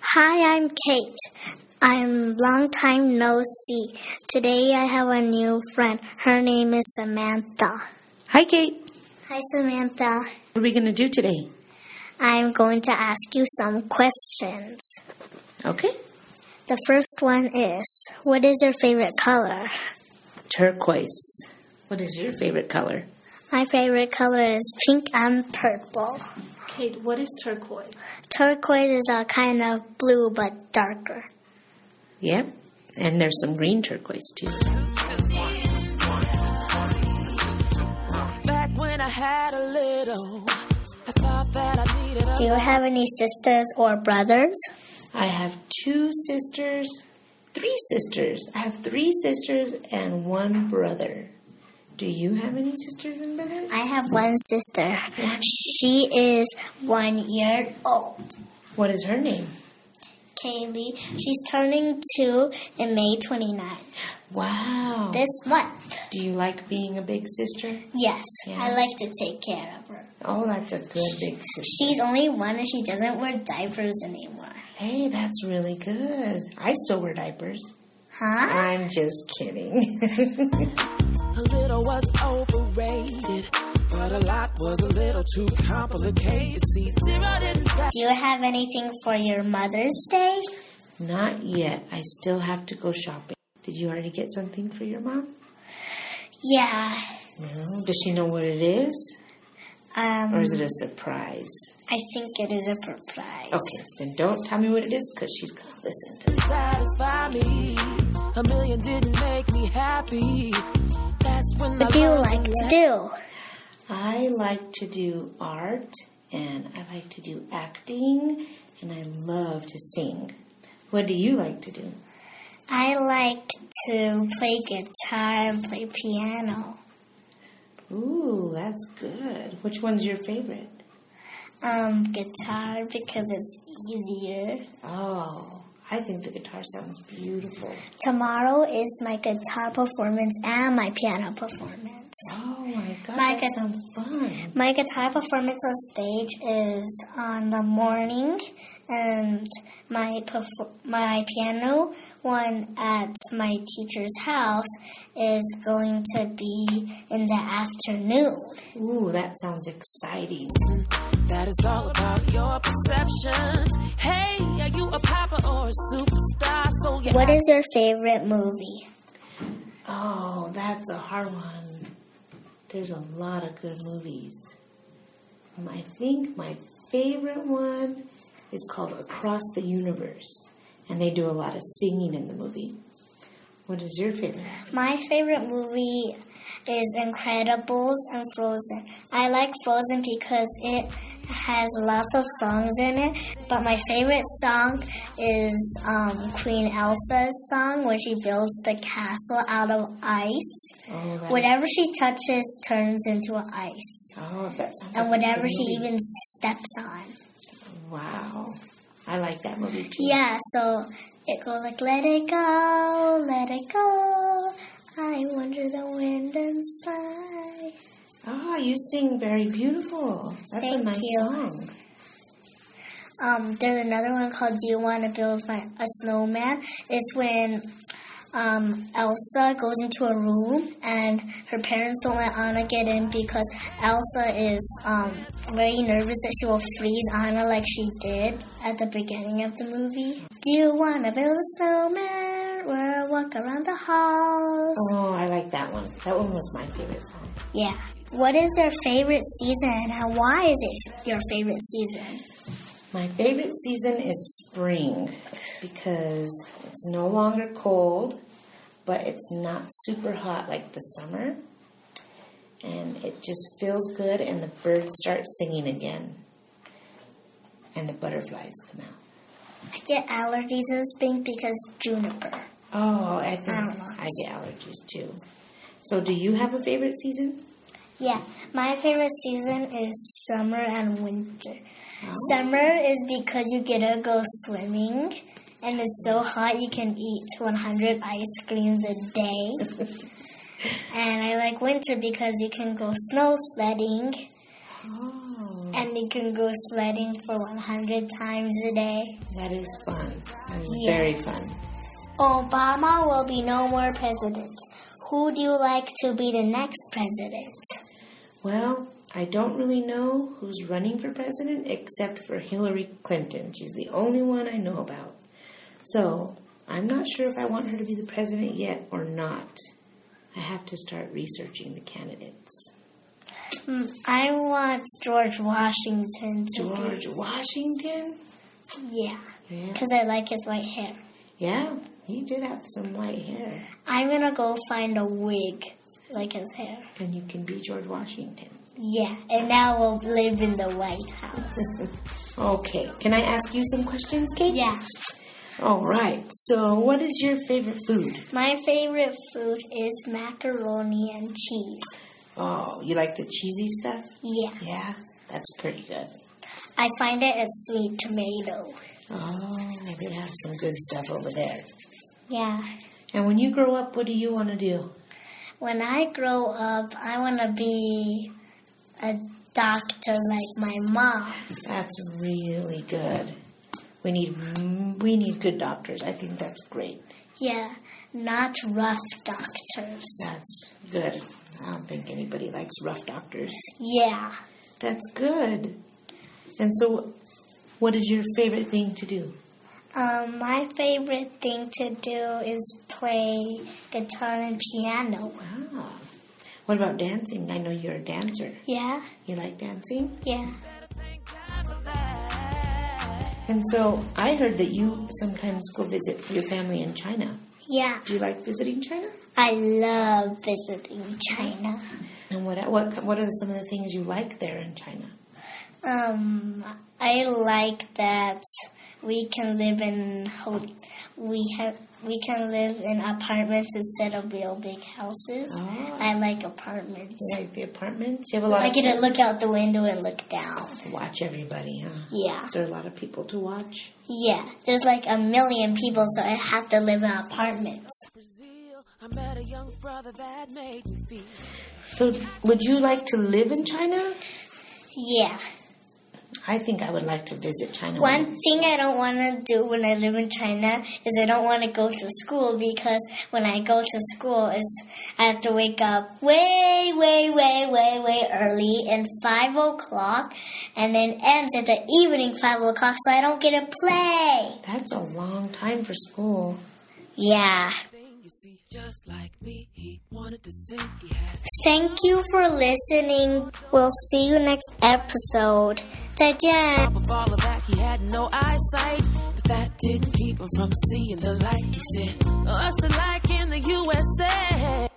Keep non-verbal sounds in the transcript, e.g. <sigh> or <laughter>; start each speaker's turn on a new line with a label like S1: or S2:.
S1: Hi, I'm Kate. I'm long time no see. Today I have a new friend. Her name is Samantha.
S2: Hi, Kate.
S1: Hi, Samantha.
S2: What are we going to do today?
S1: I'm going to ask you some questions.
S2: Okay.
S1: The first one is What is your favorite color?
S2: Turquoise. What is your favorite color?
S1: My favorite color is pink and purple.
S3: Kate, what is turquoise?
S1: Turquoise is a kind of blue but darker.
S2: Yeah. And there's some green turquoise, too.
S4: Back when I had a little, I thought that I needed a
S1: Do you have any sisters or brothers?
S2: I have two sisters, three sisters. I have three sisters and one brother. Do you have any sisters and brothers?
S1: I have one sister. She is one year old.
S2: What is her name?
S1: Kaylee, she's turning two in May 29.
S2: Wow.
S1: This month.
S2: Do you like being a big sister?
S1: Yes,
S2: Yeah.
S1: I like to take care of her.
S2: Oh, that's a good big sister.
S1: She's only one and she doesn't wear diapers anymore.
S2: Hey, that's really good. I still wear diapers.
S1: Huh?
S2: I'm just kidding. <laughs>
S4: A little was overrated, but a lot was a little too complicated. See, zero didn't sa-
S1: Do you have anything for your Mother's Day?
S2: Not yet. I still have to go shopping. Did you already get something for your mom?
S1: Yeah.
S2: No. Does she know what it is?
S1: Um,
S2: Or is it a surprise?
S1: I think it is a surprise.
S2: Okay, then don't tell me what it is because she's going to listen to this.
S4: satisfy me. A million didn't make me happy. That's when
S1: What
S4: I
S1: do you
S4: learned
S1: like to
S4: let
S1: do?
S2: I like to do art and I like to do acting and I love to sing. What do you like to do?
S1: I like to play guitar and play piano.
S2: Ooh, that's good. Which one's your favorite?
S1: Um, guitar because it's easier.
S2: Oh, I think the guitar sounds beautiful.
S1: Tomorrow is my guitar performance and my piano performance.
S2: Oh my gosh,
S1: My
S2: that
S1: gu-
S2: sounds fun.
S1: My guitar performance on stage is on the morning, and my perfor- my piano one at my teacher's house is going to be in the afternoon.
S2: Ooh, that sounds exciting.
S4: That is all about your perceptions. Hey, are you a papa or a superstar? So you
S1: What is your favorite movie?
S2: Oh, that's a hard one. There's a lot of good movies. Um, I think my favorite one is called Across the Universe, and they do a lot of singing in the movie. What is your favorite?
S1: My favorite movie is Incredibles and Frozen. I like Frozen because it has lots of songs in it, but my favorite song is um, Queen Elsa's song when she builds the castle out of ice.
S2: Oh, that,
S1: Whatever she touches turns into ice,
S2: oh, that sounds
S1: and
S2: like a
S1: whatever
S2: good
S1: she
S2: movie.
S1: even steps on.
S2: Wow, I like that movie too.
S1: Yeah, so it goes like, let it go, let it go. I wander the wind and sigh.
S2: Oh, you sing very beautiful. That's a
S1: Thank
S2: nice
S1: you.
S2: song.
S1: Um, there's another one called "Do You Want to Build My a Snowman?" It's when um, Elsa goes into a room and her parents don't let Anna get in because Elsa is um, very nervous that she will freeze Anna like she did at the beginning of the movie. Do you want to build a snowman? We'll walk around the house.
S2: Oh, I like that one. That one was my favorite song.
S1: Yeah. What is your favorite season and why is it your favorite season?
S2: My favorite season is spring because it's no longer cold, but it's not super hot like the summer. And it just feels good, and the birds start singing again, and the butterflies come out.
S1: I get allergies in spring because juniper.
S2: Oh, I think
S1: don't know.
S2: I get allergies too. So, do you have a favorite season?
S1: Yeah, my favorite season is summer and winter. Summer is because you get to go swimming and it's so hot you can eat 100 ice creams a day. And I like winter because you can go snow sledding
S2: Oh,
S1: and you can go sledding for 100 times a day.
S2: that is fun. That is
S1: Yeah.
S2: very fun.
S1: Obama will be no more president. Who do you like to be the next president?
S2: Well, I don't really know who's running for president except for Hillary Clinton. She's the only one I know about. So, I'm not sure if I want her to be the president yet or not. I have to start researching the candidates.
S1: Hmm, I want George Washington to
S2: George Washington?
S1: be. Yeah.
S2: Yeah.
S1: Because I like his white hair.
S2: Yeah, he did have some white hair.
S1: I'm gonna go find a wig like his hair.
S2: And you can be George Washington. <laughs>
S1: Yeah, and now we'll live in the White House.
S2: Okay, can I ask you some questions, Kate?
S1: Yeah.
S2: All right, so what is your favorite food?
S1: My favorite food is macaroni and cheese.
S2: Oh, you like the cheesy stuff?
S1: Yeah.
S2: Yeah, that's pretty good.
S1: I find it at Sweet Tomato.
S2: Oh, they have some good stuff over there.
S1: Yeah.
S2: And when you grow up, what do you want to do?
S1: When I grow up, I want to be a doctor like my mom.
S2: That's really good. We need we need good doctors. I think that's great.
S1: Yeah, not rough doctors.
S2: That's good. I don't think anybody likes rough doctors.
S1: Yeah.
S2: That's good. And so, what is your favorite thing to do?
S1: Um, my favorite thing to do is play guitar and piano.
S2: Wow. What about dancing? I know you're a dancer.
S1: Yeah,
S2: You like dancing?
S1: yeah.
S2: And so, I heard that you sometimes go visit your family in China.
S1: Yeah,
S2: Do you like visiting China?
S1: I love visiting China.
S2: And what what what are some of the things you like there in China?
S1: Um, I like that we can live in ho- we have we can live in apartments instead of real big houses.
S2: Ah.
S1: I like apartments.
S2: You like the apartments? You have a lot.
S1: I get
S2: of
S1: to look out the window and look down.
S2: watch everybody, huh?
S1: Yeah,
S2: Is there a lot of people to watch?
S1: yeah. There's like a million people, so I have to live in apartments.
S4: Brazil, I met a young brother that made me feel.
S2: So, would you like to live in China?
S1: Yeah.
S2: I think I would like to visit China.
S1: One thing I don't want to do when I live in China is I don't want to go to school because when I go to school, it's I have to wake up way, way, way, way, way early and five o'clock, and then ends at the evening five o'clock, so I don't get to play.
S2: That's a long time for school.
S1: Yeah.
S4: Thing you see, just like me, he wanted to sing. He had
S1: Thank you for listening. We'll see you next episode. 再见。
S4: top of all of that, he had no eyesight. But that didn't keep him from seeing the light. He said, Us alike in the USA.